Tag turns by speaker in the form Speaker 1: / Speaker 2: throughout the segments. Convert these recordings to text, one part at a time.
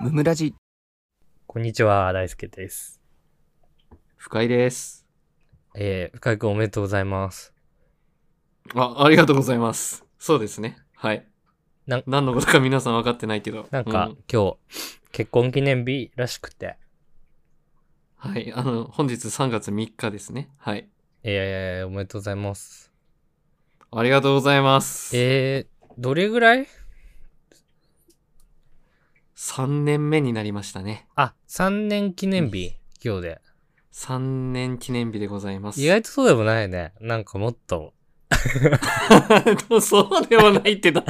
Speaker 1: 村地
Speaker 2: こんにちは、大輔です。
Speaker 3: 深井です。
Speaker 2: えー、深井くんおめでとうございます。
Speaker 3: あ、ありがとうございます。そうですね。はい。
Speaker 2: なん
Speaker 3: 何のことか皆さん分かってないけど。
Speaker 2: なんか、
Speaker 3: う
Speaker 2: 今日、結婚記念日らしくて、
Speaker 3: はい。あの、本日3月3日ですね。はい。
Speaker 2: えー、おめでとうございます。
Speaker 3: ありがとうございます。
Speaker 2: えー、どれぐらい
Speaker 3: 3年目になりましたね。
Speaker 2: あ、3年記念日、今日で。
Speaker 3: 3年記念日でございます。
Speaker 2: 意外とそうでもないね。なんかもっと。
Speaker 3: そうでもないってだ。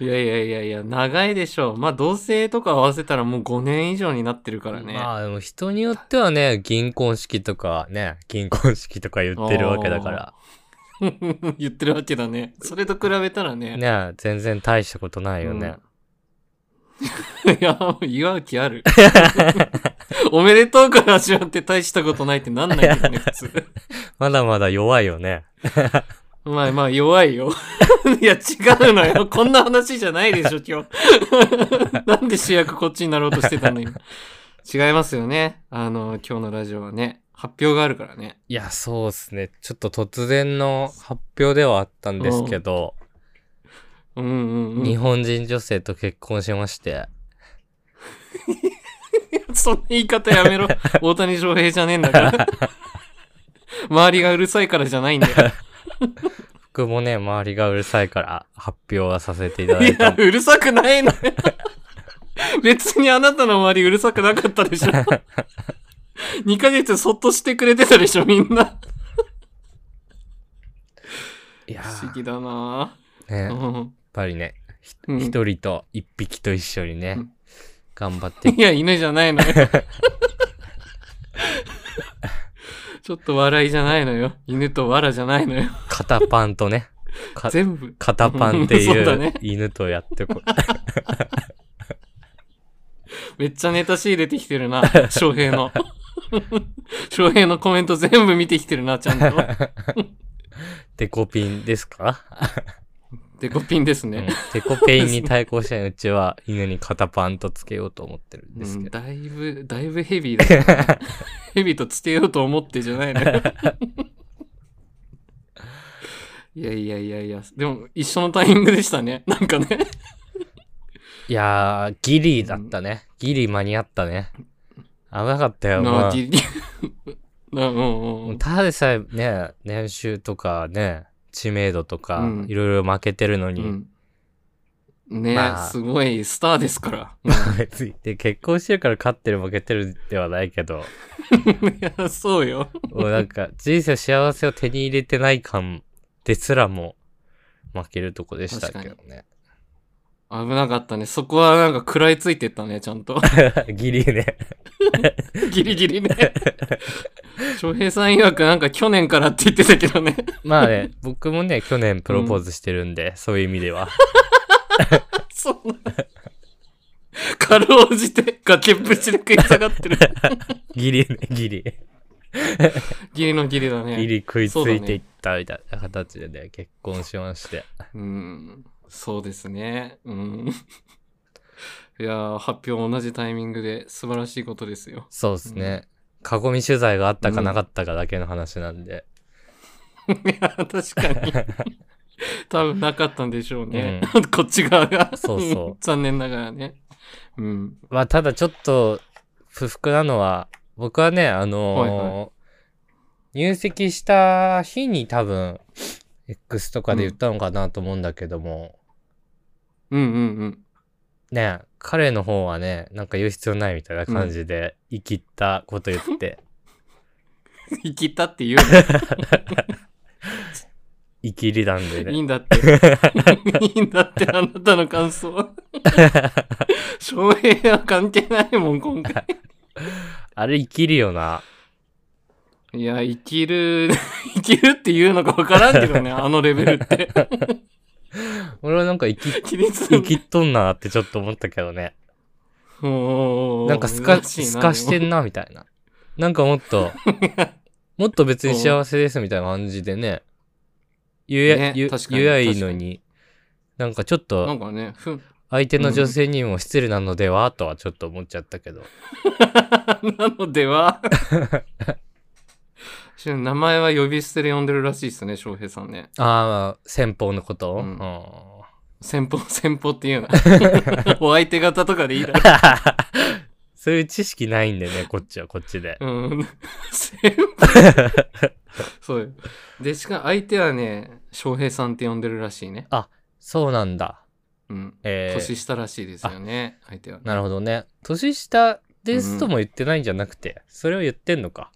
Speaker 3: いやいやいやいや、長いでしょう。まあ、同性とか合わせたらもう5年以上になってるからね。
Speaker 2: まあ、でも人によってはね、銀婚式とか、ね、銀婚式とか言ってるわけだから。
Speaker 3: 言ってるわけだね。それと比べたらね。
Speaker 2: ね、全然大したことないよね。
Speaker 3: うん。いや、もう祝う気ある。 おめでとうから始まって大したことないってなんないけ どね、普通。
Speaker 2: まだまだ弱いよね。
Speaker 3: まあまあ、弱いよ。 いや、違うのよ。こんな話じゃないでしょ、今日。 なんで主役こっちになろうとしてたの、今。違いますよね。あの、今日のラジオはね。発表があるからね。
Speaker 2: いや、そうですね。ちょっと突然の発表ではあったんですけど、
Speaker 3: うんうんうん。
Speaker 2: 日本人女性と結婚しまして。
Speaker 3: そんな言い方やめ ろ。大谷翔平じゃねえんだから。周りがうるさいからじゃないんだよ。
Speaker 2: 僕もね、周りがうるさいから発表はさせていただい
Speaker 3: いや、
Speaker 2: た。
Speaker 3: うるさくないのよ。 別にあなたの周りうるさくなかった でしょ。2ヶ月そっとしてくれてたでしょ、みんな。
Speaker 2: いや
Speaker 3: 不思
Speaker 2: ー
Speaker 3: 議だな
Speaker 2: ね、
Speaker 3: ぁ
Speaker 2: やっ
Speaker 3: うん
Speaker 2: ぱりね、ひ
Speaker 3: うん
Speaker 2: 一人と一匹と一緒にね
Speaker 3: うん、
Speaker 2: 頑張ってい
Speaker 3: いや、犬じゃな いのよ。ちょっと笑いじゃないのよ。犬と藁じゃないのよ。
Speaker 2: 肩パンとね、か
Speaker 3: 全部。
Speaker 2: 肩パンってい
Speaker 3: うんそうだ
Speaker 2: う
Speaker 3: ね
Speaker 2: 犬とやってこ、
Speaker 3: めっちゃネタ仕入れてきて るな、翔平の。翔平のコメント全部見てきてるな、ちゃ んと。
Speaker 2: デコピンですか
Speaker 3: デコピンです
Speaker 2: うん
Speaker 3: ね。
Speaker 2: デコペインに対抗したいうちは犬に肩パンとつけようと思ってるん
Speaker 3: う
Speaker 2: です
Speaker 3: ん
Speaker 2: けど。
Speaker 3: だいぶ、だいぶヘビーだ、ね。 ヘビーとつけようと思ってじゃないのよ。いやいやいやいや、でも一緒のタイミングでしたね。なんかね。
Speaker 2: いやー、ギリだったね。ギリ間に合ったね。危なかったよ。ま
Speaker 3: な
Speaker 2: あ
Speaker 3: あ、ギリギ リなうんうんうん。
Speaker 2: ただでさえね、年収とかね、知名度とか
Speaker 3: う、ん
Speaker 2: いろいろ負けてるのに、
Speaker 3: うんね、
Speaker 2: まあ
Speaker 3: すごいスターですから。 うん
Speaker 2: 別に で結婚してるから勝ってる負けてるではないけど、
Speaker 3: いや、そうよ。
Speaker 2: もうなん か人生幸せを手に入れてない感ですらも負けるとこでしたけどね。
Speaker 3: 危なかったね。そこはなんか食らいついてったね、ちゃ んと。
Speaker 2: ギリね。
Speaker 3: ギリギリ ね。翔平さん曰くなんか去年からって言ってたけどね。
Speaker 2: まあね、 僕もね、去年プロポーズしてるんで、そういう意味で は。
Speaker 3: そんな。かろうじて崖っぷちで食い下がってる。
Speaker 2: ギリね、ギリ。
Speaker 3: ギリのギリだね。
Speaker 2: ギリ食いついていったみたいな形でね、結婚しまして。
Speaker 3: うん。そうですね。うん。いやー発表同じタイミングで素晴らしいことですよ。
Speaker 2: そうですね。囲み取材があったかなかったかだけの話なん で。
Speaker 3: いや、確かに。 多分なかったんでしょうね。こっち側が。
Speaker 2: そうそう
Speaker 3: 残念ながらね。うん。
Speaker 2: まあ、ただちょっと不服なのは、僕はね、あのー
Speaker 3: は
Speaker 2: 入籍した日に多分、X とかで言ったのかなと思うんだけども、
Speaker 3: うんうんうん。
Speaker 2: ね、彼の方はね、なんか言う必要ないみたいな感じで、生きったこと言 って、
Speaker 3: 生きたって言う
Speaker 2: 生きりなんで
Speaker 3: の。い
Speaker 2: ね
Speaker 3: い。ん だって。いいんだって、あなたの感想は。翔平は関係ないもん、今回。
Speaker 2: あれ生きるよな。
Speaker 3: いや、生きる、 生きるって言うのか分からんけ どね、あのレベルって。
Speaker 2: 俺はなんか生き、
Speaker 3: 気にす
Speaker 2: 生
Speaker 3: る。
Speaker 2: きっとんなってちょっと思ったけどね。な
Speaker 3: なん
Speaker 2: かすか、すかしてんな、みたいな。なんかもっ と、もっと別に幸せですみたいな感じでね、言え、
Speaker 3: ね
Speaker 2: 言
Speaker 3: 確かに
Speaker 2: 言えばいいの
Speaker 3: 確か
Speaker 2: に、なんかちょっ
Speaker 3: な
Speaker 2: と
Speaker 3: んかね、ふん、
Speaker 2: 相手の女性にも失礼なのでは、とはちょっと思っちゃったけど。
Speaker 3: なの では名前は呼び捨てで呼んでるらしいですね、翔平さんね。
Speaker 2: ああ、先方のこと、
Speaker 3: うん
Speaker 2: あ
Speaker 3: 先方、先方っ ていうな。お相手方とかでいいだろ。
Speaker 2: ー そういう知識ないんでね、こっちはこっちで。
Speaker 3: うん。先方。そうよ。で、しかも相手はね、翔平さんって呼んでるらしいね。
Speaker 2: そうなんだ。
Speaker 3: うん。
Speaker 2: えー
Speaker 3: 年下らしいですよね、相手は。
Speaker 2: なるほどね。年下ですとも言ってないんじゃなくて、それを言ってんのか。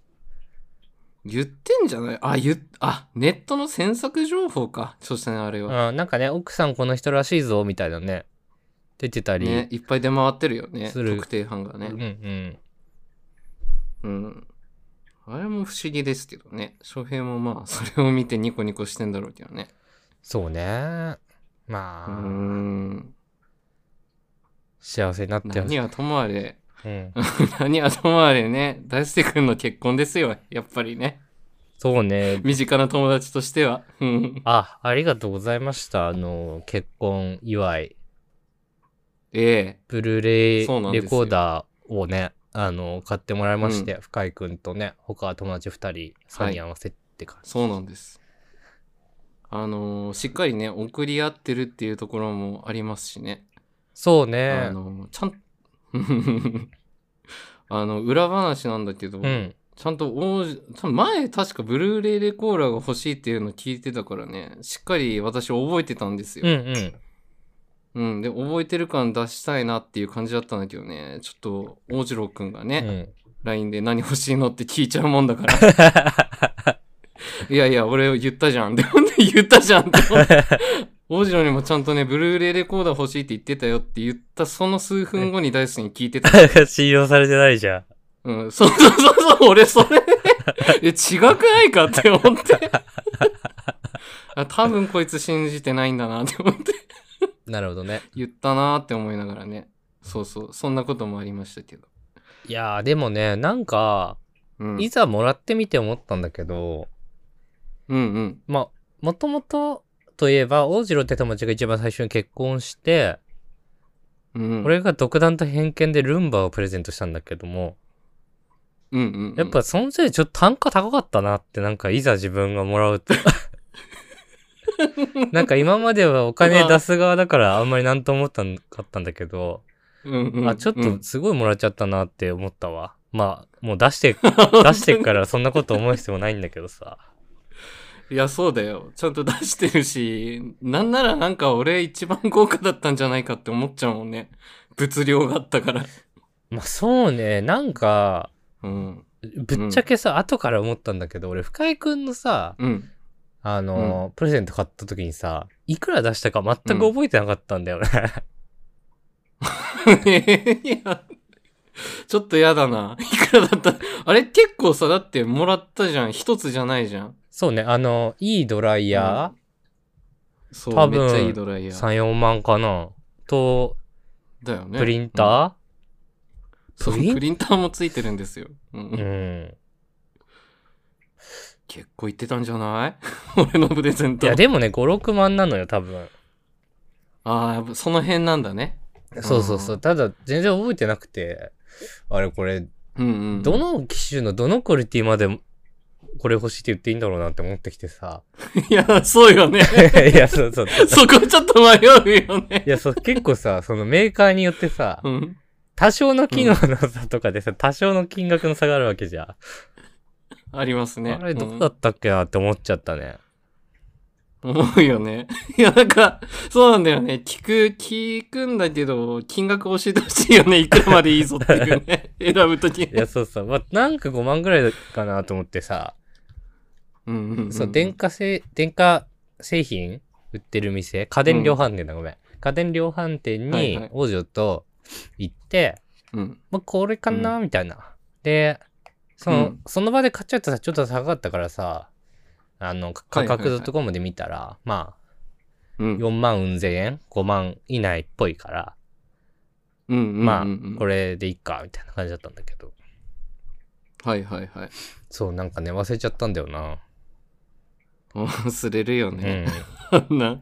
Speaker 3: 言ってんじゃないあ、言っ、あ、ネットの詮索情報か。そしたね、あれは。
Speaker 2: うん、なんかね、奥さんこの人らしいぞ、みたいなね。出てたり。
Speaker 3: ね、いっぱい出回ってるよね。
Speaker 2: する
Speaker 3: 特定班が
Speaker 2: うんう
Speaker 3: ね。
Speaker 2: ん。
Speaker 3: うん。あれも不思議ですけどね。翔平もまあ、 それを見てニコニコしてんだろうけどね。
Speaker 2: そうね。ま
Speaker 3: う
Speaker 2: あ、
Speaker 3: ーん。
Speaker 2: 幸せになってほし
Speaker 3: 何
Speaker 2: い。
Speaker 3: はともあれ、
Speaker 2: うん、
Speaker 3: 何はともあれね、大輔君の結婚ですよ。やっぱりね。
Speaker 2: そうね。
Speaker 3: 身近な友達としては。うん
Speaker 2: あ、ありがとうございました。あの、結婚祝い。
Speaker 3: ええ。
Speaker 2: ブルーレ
Speaker 3: そうなん
Speaker 2: イ
Speaker 3: で
Speaker 2: レ
Speaker 3: すよ
Speaker 2: コーダーをね、あの、買ってもらいまして、深井くんとね、他友達2人、3人合わせって感じ。
Speaker 3: そうなんです。あのーしっかりね、送り合ってるっていうところもありますしね。
Speaker 2: そう
Speaker 3: あ
Speaker 2: ね。
Speaker 3: のーちゃん、 あの、裏話なんだけど、
Speaker 2: うん。
Speaker 3: ちゃんと王子、多分前確かブルーレイレコーラーが欲しいっていうの聞いてたからね、しっかり私覚えてたんです
Speaker 2: うん
Speaker 3: よ。
Speaker 2: うん。
Speaker 3: うん、で、覚えてる感出したいなっていう感じだったんだけどね、ちょっと、王次郎くんが
Speaker 2: う
Speaker 3: ね、
Speaker 2: ん
Speaker 3: LINE で何欲しいのって聞いちゃうもんだから、いやいや、俺言ったじゃんって、ほんで 言ったじゃんって。王子郎にもちゃんとね、ブルーレイレコーダー欲しいって言ってたよって言ったその数分後にダイスに聞いてた。
Speaker 2: 信用されてないじゃん。
Speaker 3: うん、そう そうそうそう、俺それ、 え、違くないかって思って。 あ多分こいつ信じてないんだなって思って
Speaker 2: なるほどね。
Speaker 3: 言ったなって思いながらね。そうそう、そんなこともありましたけど。
Speaker 2: いやー、でもね、なんか、
Speaker 3: うん。
Speaker 2: いざもらってみて思ったんだけど、
Speaker 3: うんうん。
Speaker 2: まあ、もともとといえば、大次郎って友達が一番最初に結婚して、
Speaker 3: うん、
Speaker 2: 俺が独断と偏見でルンバをプレゼントしたんだけども、
Speaker 3: うんうんうん、
Speaker 2: やっぱそのせいでちょっと単価高かったなって、なんかいざ自分がもらう と。なんか今まではお金出す側だからあんまりなんと思ったんかったんだけど、
Speaker 3: うんうん、
Speaker 2: あ、ちょっ
Speaker 3: うん
Speaker 2: とすごいもらっちゃったなって思ったわ。まあ、もう出 して、出してからそんなこと思う必要ないんだけどさ。
Speaker 3: いや、そうだよ。ちゃんと出してるし、なんならなんか俺一番豪華だったんじゃないかって思っちゃうもんね。物量があったから。
Speaker 2: まあそうね、なんか、
Speaker 3: うん。
Speaker 2: ぶっちゃけさ、後から思ったんだけど、俺、深井くんのさ、
Speaker 3: うん。
Speaker 2: あのープレゼント買った時にさ、いくら出したか全く覚えてなかったんだよね。
Speaker 3: いや、ちょっとやだな。いくらだったあれ結構さ、だってもらったじゃん。一つじゃないじゃん。
Speaker 2: そうね、あのいいドライヤ
Speaker 3: そう、
Speaker 2: 多分
Speaker 3: めっちゃいいドライ
Speaker 2: ー、
Speaker 3: ヤー。
Speaker 2: 3、4万かなと、
Speaker 3: だよね。
Speaker 2: プリンタ
Speaker 3: うんそう
Speaker 2: プリン
Speaker 3: プリンターもついてるんですよ。うん
Speaker 2: ー、うん。
Speaker 3: 結構いってたんじゃない 俺のプレゼン
Speaker 2: い
Speaker 3: ト。
Speaker 2: や、でもね、5、6万なのよ、多分。
Speaker 3: ああ、やっぱその辺なんだね。
Speaker 2: そうそうそうう。
Speaker 3: ん
Speaker 2: ただ、全然覚えてなくて、あれ、これ、
Speaker 3: うんうん。
Speaker 2: どの機種のどのクオリティまでこれ欲しいって言っていいんだろうなって思ってきてさ。
Speaker 3: いや、そうよね。
Speaker 2: いや、そうそう。
Speaker 3: そこちょっと迷うよね。
Speaker 2: いや、そう、結構さ、そのメーカーによってさ、
Speaker 3: うん。
Speaker 2: 多少の機能の差とかでさ、多少の金額の差があるわけじゃ
Speaker 3: あります
Speaker 2: ん。
Speaker 3: ね。
Speaker 2: あれ、どこだったっけなって思っちゃったね。
Speaker 3: うん思うよね。 いや、なんか、そうなんだよね。聞く、聞くんだけど、金額教えてほしいよね。いくらまでいいぞってい うね。選ぶとき。
Speaker 2: いや、そうそう。まあ、なんか5万ぐらいかなと思ってさ、
Speaker 3: うんうん、うん。
Speaker 2: そう、電化製、電化製品売ってる店、家電量販店だ、ごめん。家電量販店
Speaker 3: はいは
Speaker 2: に
Speaker 3: い、
Speaker 2: 王女と行って、
Speaker 3: うん。
Speaker 2: まあ、これかなみたいな。で、その、
Speaker 3: うん
Speaker 2: その場で買っちゃったらちょっと高かったからさ、あの、価
Speaker 3: はいはいはい
Speaker 2: 格 .com で見たら、まあ、
Speaker 3: うん。
Speaker 2: 4万うん千円 ?5 万以内っぽいから、
Speaker 3: うんうんうん。
Speaker 2: まあ、こ
Speaker 3: れ。
Speaker 2: れでいっか、みたいな感じだったんだけど。
Speaker 3: はいはいはい。
Speaker 2: そう、なんかね、忘れちゃったんだよな。
Speaker 3: 忘れるよ
Speaker 2: う
Speaker 3: ね。
Speaker 2: ん。
Speaker 3: あんな。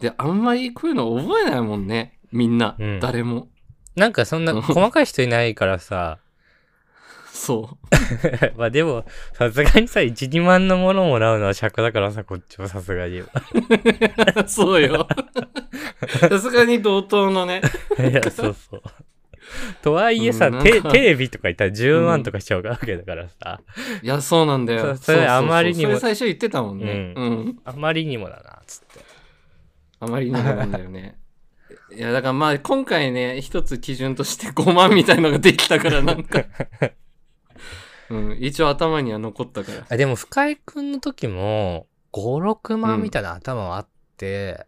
Speaker 3: で、あんまりこういうの覚えないもんね。みんな、
Speaker 2: うん
Speaker 3: 誰も。
Speaker 2: なんかそんな 細かい人いないからさ、
Speaker 3: そ
Speaker 2: まあでも、さすがにさ、1、2万のものもらうのは尺だからさ、こっちもさすがに。い
Speaker 3: うん。 そうよ。 さすがに同等のね。
Speaker 2: や、そう そう。とはいえさ、
Speaker 3: うんなんか
Speaker 2: テテレビとか言ったら10万とかしちゃうわけだからさ、
Speaker 3: いや、そうなんだよ。
Speaker 2: そそれ
Speaker 3: ううう
Speaker 2: あまりにも
Speaker 3: それ最初言ってたもんね。
Speaker 2: う
Speaker 3: うん
Speaker 2: あまりにもだな、つって。
Speaker 3: あまりにもなんだよ ね。いや、だからまあ、今回ね、一つ基準として5万みたいのができたから、な んか。うん、一応頭には残ったから。
Speaker 2: あでも、深井くんの時も、5、6万みたいな頭はあって、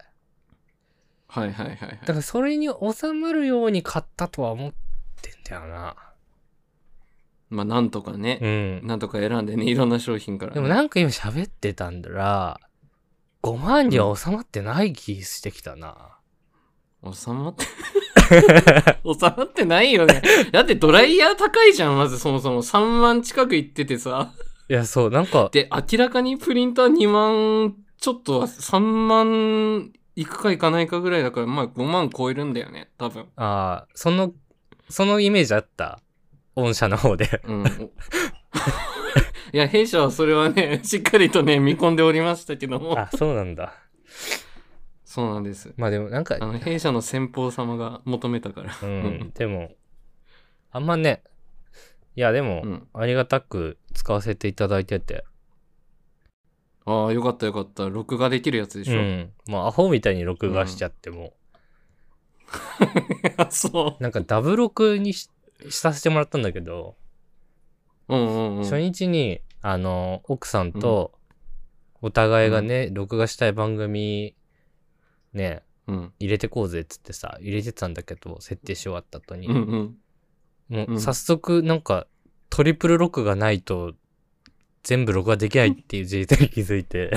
Speaker 3: はいはいはい、はい。
Speaker 2: だからそれに収まるように買ったとは思ってんだよな。
Speaker 3: まあ、なんとかね
Speaker 2: う、ん。
Speaker 3: なんとか選んでね、いろんな商品から、
Speaker 2: でもなんか今喋ってたんだら、5万には収まってない気してきたな。
Speaker 3: 収まって、 収まってないよね。だってドライヤー高いじゃん、まずそもそも。3万近くいっててさ。
Speaker 2: いや、そう、なんか、
Speaker 3: で、明らかにプリンター2万、ちょっとは3万いくかいかないかぐらいだから、まあ5万超えるんだよね、多分。
Speaker 2: ああ、その、そのイメージあった。御社の方で。
Speaker 3: うん。お いや、弊社はそれはね、しっかりとね、見込んでおりましたけども。
Speaker 2: あ、そうなんだ。
Speaker 3: そうなんです。
Speaker 2: まあでもなんか
Speaker 3: あ、の、弊社の先方様が求めたから。
Speaker 2: うん、でも、あんまね、いや、でも、
Speaker 3: うん。
Speaker 2: ありがたく使わせていただいてて。
Speaker 3: ああ、よかったよかった。録画できるやつでし
Speaker 2: う
Speaker 3: ょ。
Speaker 2: ん。まあ、アホみたいに録画しちゃっても、
Speaker 3: そ
Speaker 2: なんかダブ録にしさせてもらったんだけど、
Speaker 3: う。うんうんうん。
Speaker 2: 初日に、あの、奥さんと、お互いがね、録画したい番組、ね、
Speaker 3: うん。
Speaker 2: 入れてこうぜっつってさ、入れてたんだけど、設定し終わった後に、
Speaker 3: うんうん。
Speaker 2: も
Speaker 3: う
Speaker 2: うん早速、なんか、トリプル録画ないと、全部録画できないっていう事態に気づい て、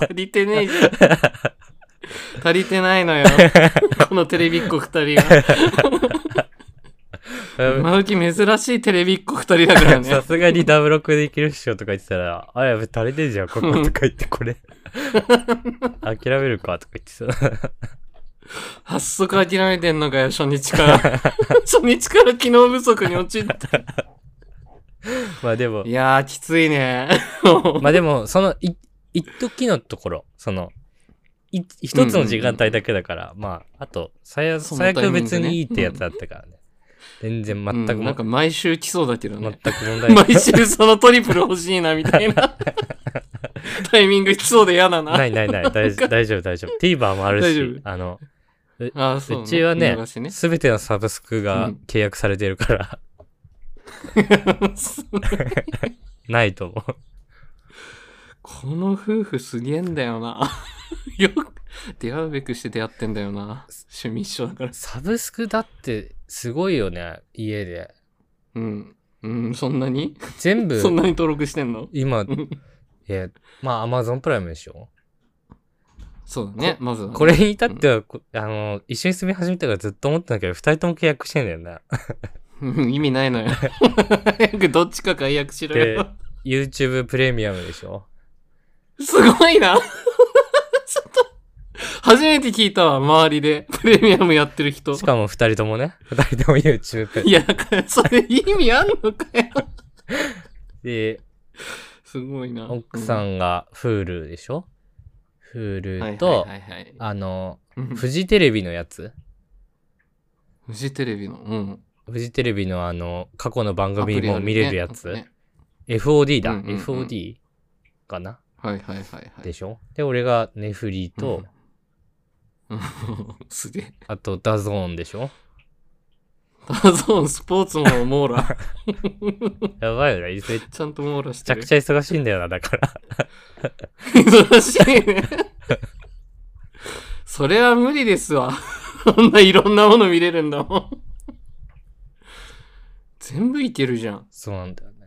Speaker 3: 足りてねえじ ゃん。足りてないのよ。このテレビっ子二人が。今時珍しいテレビっ子二人だから ね
Speaker 2: さ。すがにダブ録できるっしょとか言ってたら、あ、やべ、足りてんじゃん、こことか言って、こ れ。諦めるかとか言ってさ。
Speaker 3: 早速諦めてんのかよ、初日 から。初日から機能不足に陥った。
Speaker 2: まあでも
Speaker 3: い、やー、きつい ね。
Speaker 2: まあでも、その、い、一時のところ、その、い一つの時間帯だけだから、まあ、あと、最悪、
Speaker 3: その
Speaker 2: 最
Speaker 3: タイ
Speaker 2: 悪
Speaker 3: ミングね
Speaker 2: 別にいいってやつだったからね。全然全く
Speaker 3: う
Speaker 2: も、
Speaker 3: んなんか毎週来そうだけど
Speaker 2: 全
Speaker 3: ね。
Speaker 2: く問題
Speaker 3: 毎週そのトリプル欲しいな、みたい な。タイミング来そうで嫌だな。
Speaker 2: ないないない、大丈夫、大丈夫、大丈夫。TVer もある
Speaker 3: 大
Speaker 2: し
Speaker 3: 丈、
Speaker 2: あの、
Speaker 3: あーそう
Speaker 2: うちはね
Speaker 3: 見逃し、ね
Speaker 2: すべてのサブスクが
Speaker 3: うん
Speaker 2: 契約されてるから、 ないと思う。
Speaker 3: この夫婦すげえんだよな。 よく、出会うべくして出会ってんだよな。趣味一緒だから。
Speaker 2: サブスクだってすごいよね、家で。
Speaker 3: うん。うん、そんなに、
Speaker 2: 全部
Speaker 3: そ、んなに登録してんの
Speaker 2: 今
Speaker 3: ん、
Speaker 2: え、まあ、アマゾンプライムでしょ
Speaker 3: そうだね、まずはね、
Speaker 2: これに至っては、こあの、一緒に住み始めたからずっと思ってたんだけど、二人とも契約してんだよな。
Speaker 3: うん意味ないのよ。早くどっちか解約しろよ。
Speaker 2: YouTube プレミアムでしょ
Speaker 3: すごいな。ちょっ と、初めて聞いたわ、周りで。プレミアムやってる人
Speaker 2: し。かも二人ともね、二人とも YouTube プレミ
Speaker 3: いや、だからそれ意味あんのかよ。
Speaker 2: で、
Speaker 3: すごいな。
Speaker 2: 奥さ
Speaker 3: うん
Speaker 2: が Hulu でしょ ?Hulu
Speaker 3: ん
Speaker 2: と
Speaker 3: はい、はいはいはい
Speaker 2: あの、
Speaker 3: うん
Speaker 2: フジテレビのやつ
Speaker 3: フジテレビの、うん。
Speaker 2: フジテレビのあの、過去の番
Speaker 3: アプ
Speaker 2: 組
Speaker 3: リあ
Speaker 2: も
Speaker 3: ね
Speaker 2: 見れるやつ。
Speaker 3: なんかね
Speaker 2: FOD だ。
Speaker 3: うんうんうん
Speaker 2: FOD かな
Speaker 3: はいはいはいはい。
Speaker 2: でしょで、俺がネフリーと、
Speaker 3: うん、 すげえ。
Speaker 2: あとダゾーンでしょ
Speaker 3: ダゾーンスポーツも網羅。
Speaker 2: やばいよね。め
Speaker 3: ちゃんと網羅し
Speaker 2: ちゃ
Speaker 3: てる
Speaker 2: く。ちゃ忙しいんだよな、だから。
Speaker 3: 珍しいね。 それは無理ですわ。こんないろんなもの見れるんだもん。全部いけるじゃん。
Speaker 2: そうなんだよね。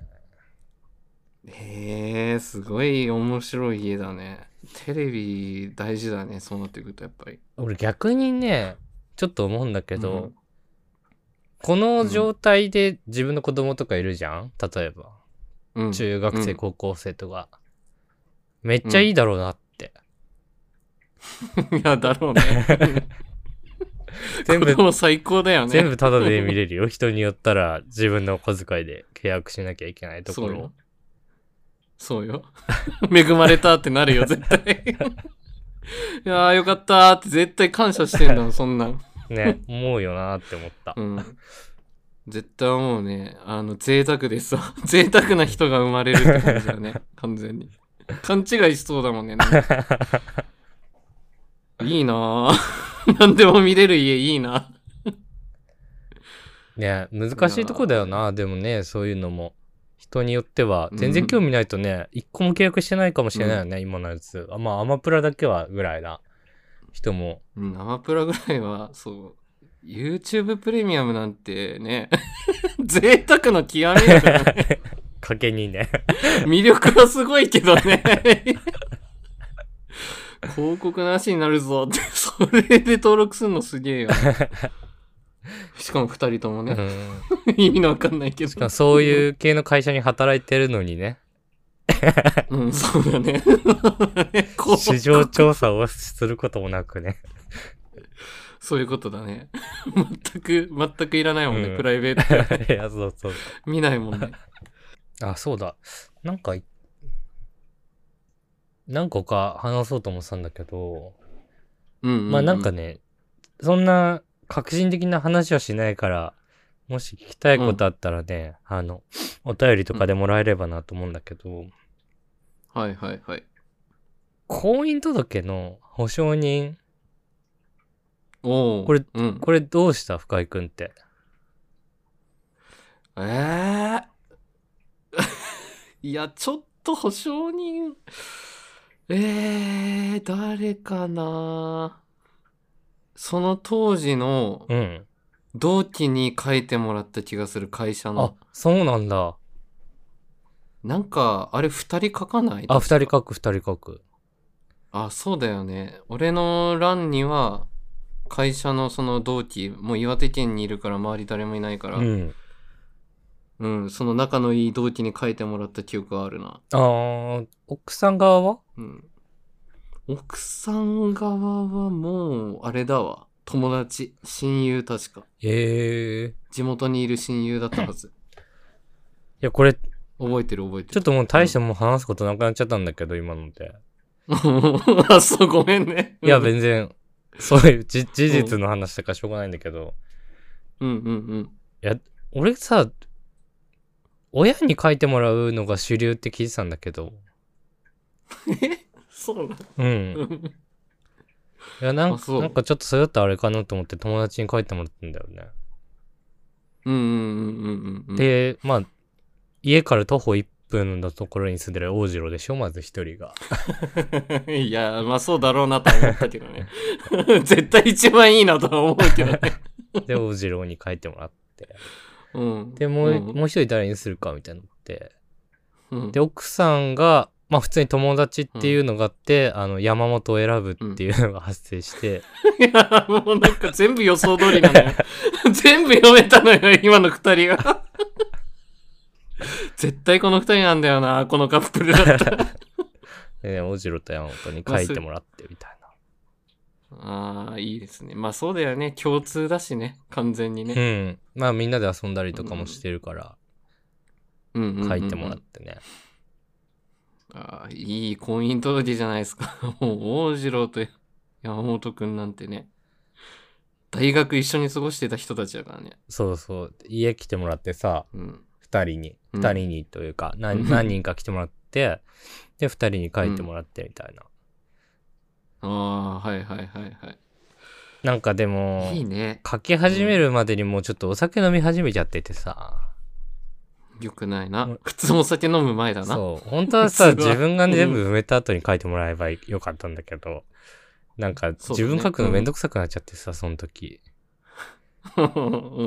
Speaker 3: へえ、すごい面白い家だね。テレビ大事だね、そうなってくるとやっぱり。
Speaker 2: 俺逆にね、ちょっと思うんだけど、
Speaker 3: うん
Speaker 2: この状態で自分の子供とかいるじゃん例えば。
Speaker 3: うん。
Speaker 2: 中学生、
Speaker 3: うん
Speaker 2: 高校生とか。めっちゃいいだろうなって。
Speaker 3: いや、だろうね。
Speaker 2: 全部
Speaker 3: 子供最高だよね。
Speaker 2: 全部タダで見れるよ。 人によったら自分のお小遣いで契約しなきゃいけないとこ
Speaker 3: そう
Speaker 2: ろ
Speaker 3: よ。。そうよ。恵まれたってなるよ、絶 対。いやーよかったーって絶対感謝してんだもん、そんなん。
Speaker 2: ね、思うよなって思った
Speaker 3: う。ん。絶対もうね、あの、贅沢でさ、 贅沢な人が生まれるって感じだね、完全に。勘違いしそうだもんね。なんかいいなぁ。 何でも見れる家いいな。
Speaker 2: ね、難しいとこだよな。でもね、そういうのも。人によっては、全然興味ないとね、一個も契約してないかもしれないよね、今のやつ。あまあ、アマプラだけはぐらいな人も。
Speaker 3: うん、アマプラぐらいは、そう、YouTube プレミアムなんてね、 贅沢の極みだからね。
Speaker 2: 賭けにね。
Speaker 3: 魅力はすごいけどね。広告なしになるぞって、それで登録するのすげえよね。しかも二人とも
Speaker 2: う
Speaker 3: ね、
Speaker 2: ん
Speaker 3: 意味のわかんないけ
Speaker 2: しか
Speaker 3: ど
Speaker 2: も。そういう系の会社に働いてるのにね、
Speaker 3: うん、そう だね。こう
Speaker 2: 市場調査をすることもなくね。
Speaker 3: そういうことだね。全く、全くいらないもんね、
Speaker 2: うん
Speaker 3: プライベート。
Speaker 2: いや、そうそう。
Speaker 3: 見ないも んね。
Speaker 2: あ、そうだ。なんかい、何個か話そうと思ってたんだけど、
Speaker 3: うんうう
Speaker 2: まあなんかね、そんな革新的な話はしないから、もし聞きたいことあったらね、あの、お便りとかでもらえればなと思うんだけど、
Speaker 3: はいはいはい。
Speaker 2: 婚姻届の保証人、
Speaker 3: おお。
Speaker 2: これ、
Speaker 3: うん。
Speaker 2: これどうした深井くんって。
Speaker 3: えー、 いや、ちょっと保証人、えー、誰かなその当時の
Speaker 2: うん。
Speaker 3: 同期に書いてもらった気がする会社
Speaker 2: あ
Speaker 3: の。、
Speaker 2: そうなんだ。
Speaker 3: なんか、あれ二人書かない
Speaker 2: あ、二人
Speaker 3: か。
Speaker 2: 書く、二人書く。
Speaker 3: あ、そうだよね。俺の欄には、会社のその同期、もう岩手県にいるから周り誰もいないから、
Speaker 2: うん。
Speaker 3: うん、その仲のいい同期に書いてもらった記憶はあるな。
Speaker 2: あー、奥さん側は
Speaker 3: うん。奥さん側はもう、あれだわ。友達。親友確か。
Speaker 2: ええー。い
Speaker 3: 地元にいる親友だった はず。
Speaker 2: や、これ、ち
Speaker 3: 覚えてる覚え
Speaker 2: ょ
Speaker 3: て
Speaker 2: っ
Speaker 3: る。
Speaker 2: ともう大してもう話すことなくなっちゃったんだけど、今ので。
Speaker 3: と。 あ、そう、ごめんね。
Speaker 2: いや、
Speaker 3: うん
Speaker 2: 全然、そういうじ事実の話とかしょうがないんだけど、
Speaker 3: うんうん
Speaker 2: 俺さ、親に書いてもらうのが主流って聞いてたんだけど、
Speaker 3: うん。 えそうな
Speaker 2: うん。
Speaker 3: のうん
Speaker 2: いや、なん
Speaker 3: あそう
Speaker 2: なんかちょっとそれだったらあれかなと思って友達に書いてもらったんだよね。
Speaker 3: うんうんうんうんうん。、
Speaker 2: で、まあ、家から徒歩1分のところに住んでる大次郎でしょ、まず一人が。
Speaker 3: いや、まあそうだろうなとは思ったけどね。 絶対一番いいなとは思うけどね。
Speaker 2: で、大次郎に書いてもらって。
Speaker 3: うん。
Speaker 2: で、もう、
Speaker 3: ん
Speaker 2: もう一人誰にするかみたいになって。
Speaker 3: うん
Speaker 2: で、奥さんが、まあ普通に友達っていうのがあって、あの、山本を選ぶっていうのが発生 して、
Speaker 3: いや、もうなんか全部予想通りなの よ。全部読めたのよ、今の二人が。 絶対この二人なんだよな、このカップルだ ったら。
Speaker 2: で、大次郎と山本に書いてもらってみたい
Speaker 3: ああ、いいですね。まあそうだよね。共通だしね、完全に
Speaker 2: な。う
Speaker 3: ね。
Speaker 2: ん。まあみんなで遊んだりとかもしてるから、
Speaker 3: うんうんうんうん
Speaker 2: 書いてもらってね。
Speaker 3: ああ、いい婚姻届じゃないですか。 もう、大次郎と山本くんなんてね。大学一緒に過ごしてた人たちだからね。
Speaker 2: そうそう。家来てもらってさ、
Speaker 3: うん。
Speaker 2: 二人に、
Speaker 3: うん
Speaker 2: 二人にというか、
Speaker 3: う
Speaker 2: 何
Speaker 3: ん
Speaker 2: 何人か来てもらって、で、二人に書いてもらってみたいな。
Speaker 3: ああ、はいはいはい
Speaker 2: なんかで
Speaker 3: は
Speaker 2: も
Speaker 3: い。い、いね。
Speaker 2: 書き始めるまでにもうちょっとお酒飲み始めちゃっててさ、
Speaker 3: よくないな。普通お酒飲む前だな。
Speaker 2: そう。本当は さ、
Speaker 3: 普通は
Speaker 2: 自分がね
Speaker 3: うん
Speaker 2: 全部埋めた後に書いてもらえばよかったんだけど、なんか
Speaker 3: そう
Speaker 2: 自
Speaker 3: だね
Speaker 2: 分書くのめんどくさくなっちゃってさ、その時。
Speaker 3: う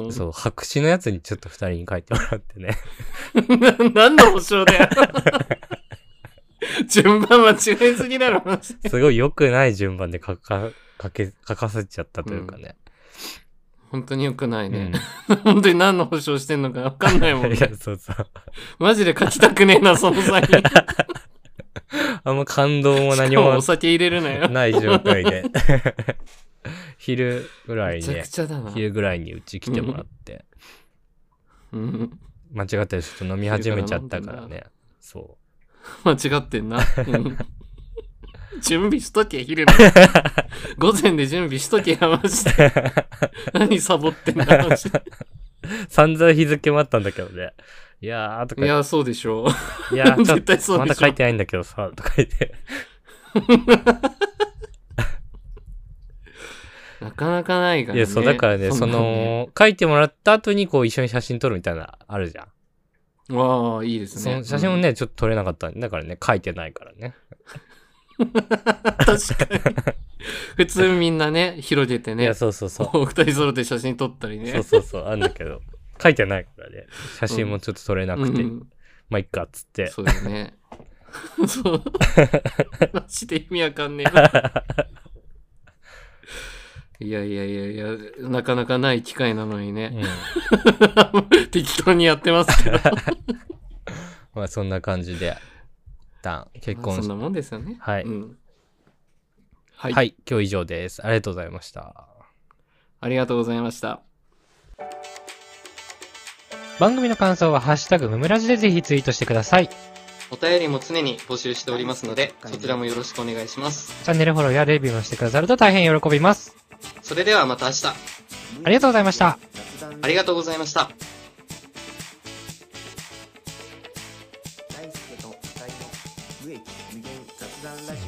Speaker 3: ん
Speaker 2: そう、白紙のやつにちょっと二人に書いてもらってね。
Speaker 3: な何の保証だよ。 順番間違いすぎだろ、マジです
Speaker 2: ごい良くない順番で書か、書け、書かせちゃったというかね。
Speaker 3: 本当に良くない
Speaker 2: うん
Speaker 3: ね。本当に何の保証してんのか分かんないも ん、
Speaker 2: い
Speaker 3: ね。
Speaker 2: や、そうそう。
Speaker 3: マジで書きたくねえな、その際に。
Speaker 2: ああんま感動も
Speaker 3: し
Speaker 2: 何
Speaker 3: かも
Speaker 2: も
Speaker 3: お酒入れるなよ。
Speaker 2: ない状態で。 昼ぐら
Speaker 3: め
Speaker 2: い
Speaker 3: ちゃ
Speaker 2: で
Speaker 3: く、ちゃだな。
Speaker 2: 昼ぐらいにうち来てもらって、
Speaker 3: うん
Speaker 2: 間違ってちょっと飲み始めちゃったからね。そ
Speaker 3: 間違ってんな。 うん準備しとけ、昼 の。午前で準備しとけ、マジで。
Speaker 2: う。
Speaker 3: 何サボってんだ、マジで。
Speaker 2: 散々日付もあったんだけどね。いやーとか
Speaker 3: いや、そうでしょう。
Speaker 2: いやー、ちょっ
Speaker 3: 絶対そ
Speaker 2: と、
Speaker 3: う
Speaker 2: ま
Speaker 3: で
Speaker 2: だ
Speaker 3: しょ
Speaker 2: 書いてないんだけどさ、とか言って。
Speaker 3: なかなかないか
Speaker 2: い
Speaker 3: らね。
Speaker 2: や、そう、だからね、そ
Speaker 3: んなね。
Speaker 2: の、書いてもらった後に、こう、一緒に写真撮るみたいな、あるじゃん。
Speaker 3: わあ、いいですね。
Speaker 2: その写真もね、ちょっと撮れなかったんでだからね、書いてないからね。
Speaker 3: 確かに。普通みんなね、広げて
Speaker 2: い
Speaker 3: ね
Speaker 2: や、、そうそうそう。
Speaker 3: お二人揃って写真撮った りね。
Speaker 2: そうそうそう、あんだけど。書いてないからね。写真もちょっと撮れなくて、
Speaker 3: うん
Speaker 2: まあ、いっか、っつって。
Speaker 3: そうだよね。 そう。マジで意味わかんねえな。いやいやいやいや、なかなかない機会なのに
Speaker 2: うん
Speaker 3: ね。。 適当にやってますけど。
Speaker 2: まあ、そんな感じで、一旦、結
Speaker 3: まあ
Speaker 2: 婚
Speaker 3: そん
Speaker 2: し
Speaker 3: なもんですよね。
Speaker 2: はい
Speaker 3: うんは、
Speaker 2: はいい、今日以上です。ありがとうございました。
Speaker 3: ありがとうございました。
Speaker 1: 番組の感想はハッシュタグムムラジでぜひツイートしてください。チ
Speaker 3: お便りも常に募集しておりますので、そちらもよろしくお願いします。
Speaker 1: ャンネルフォローやレビューもしてくださると大変喜びます。
Speaker 3: それではまた明日、
Speaker 1: ありがとうございました。
Speaker 3: ありがとうございました。
Speaker 4: 大輔と二人の無益無限雑談ラジオ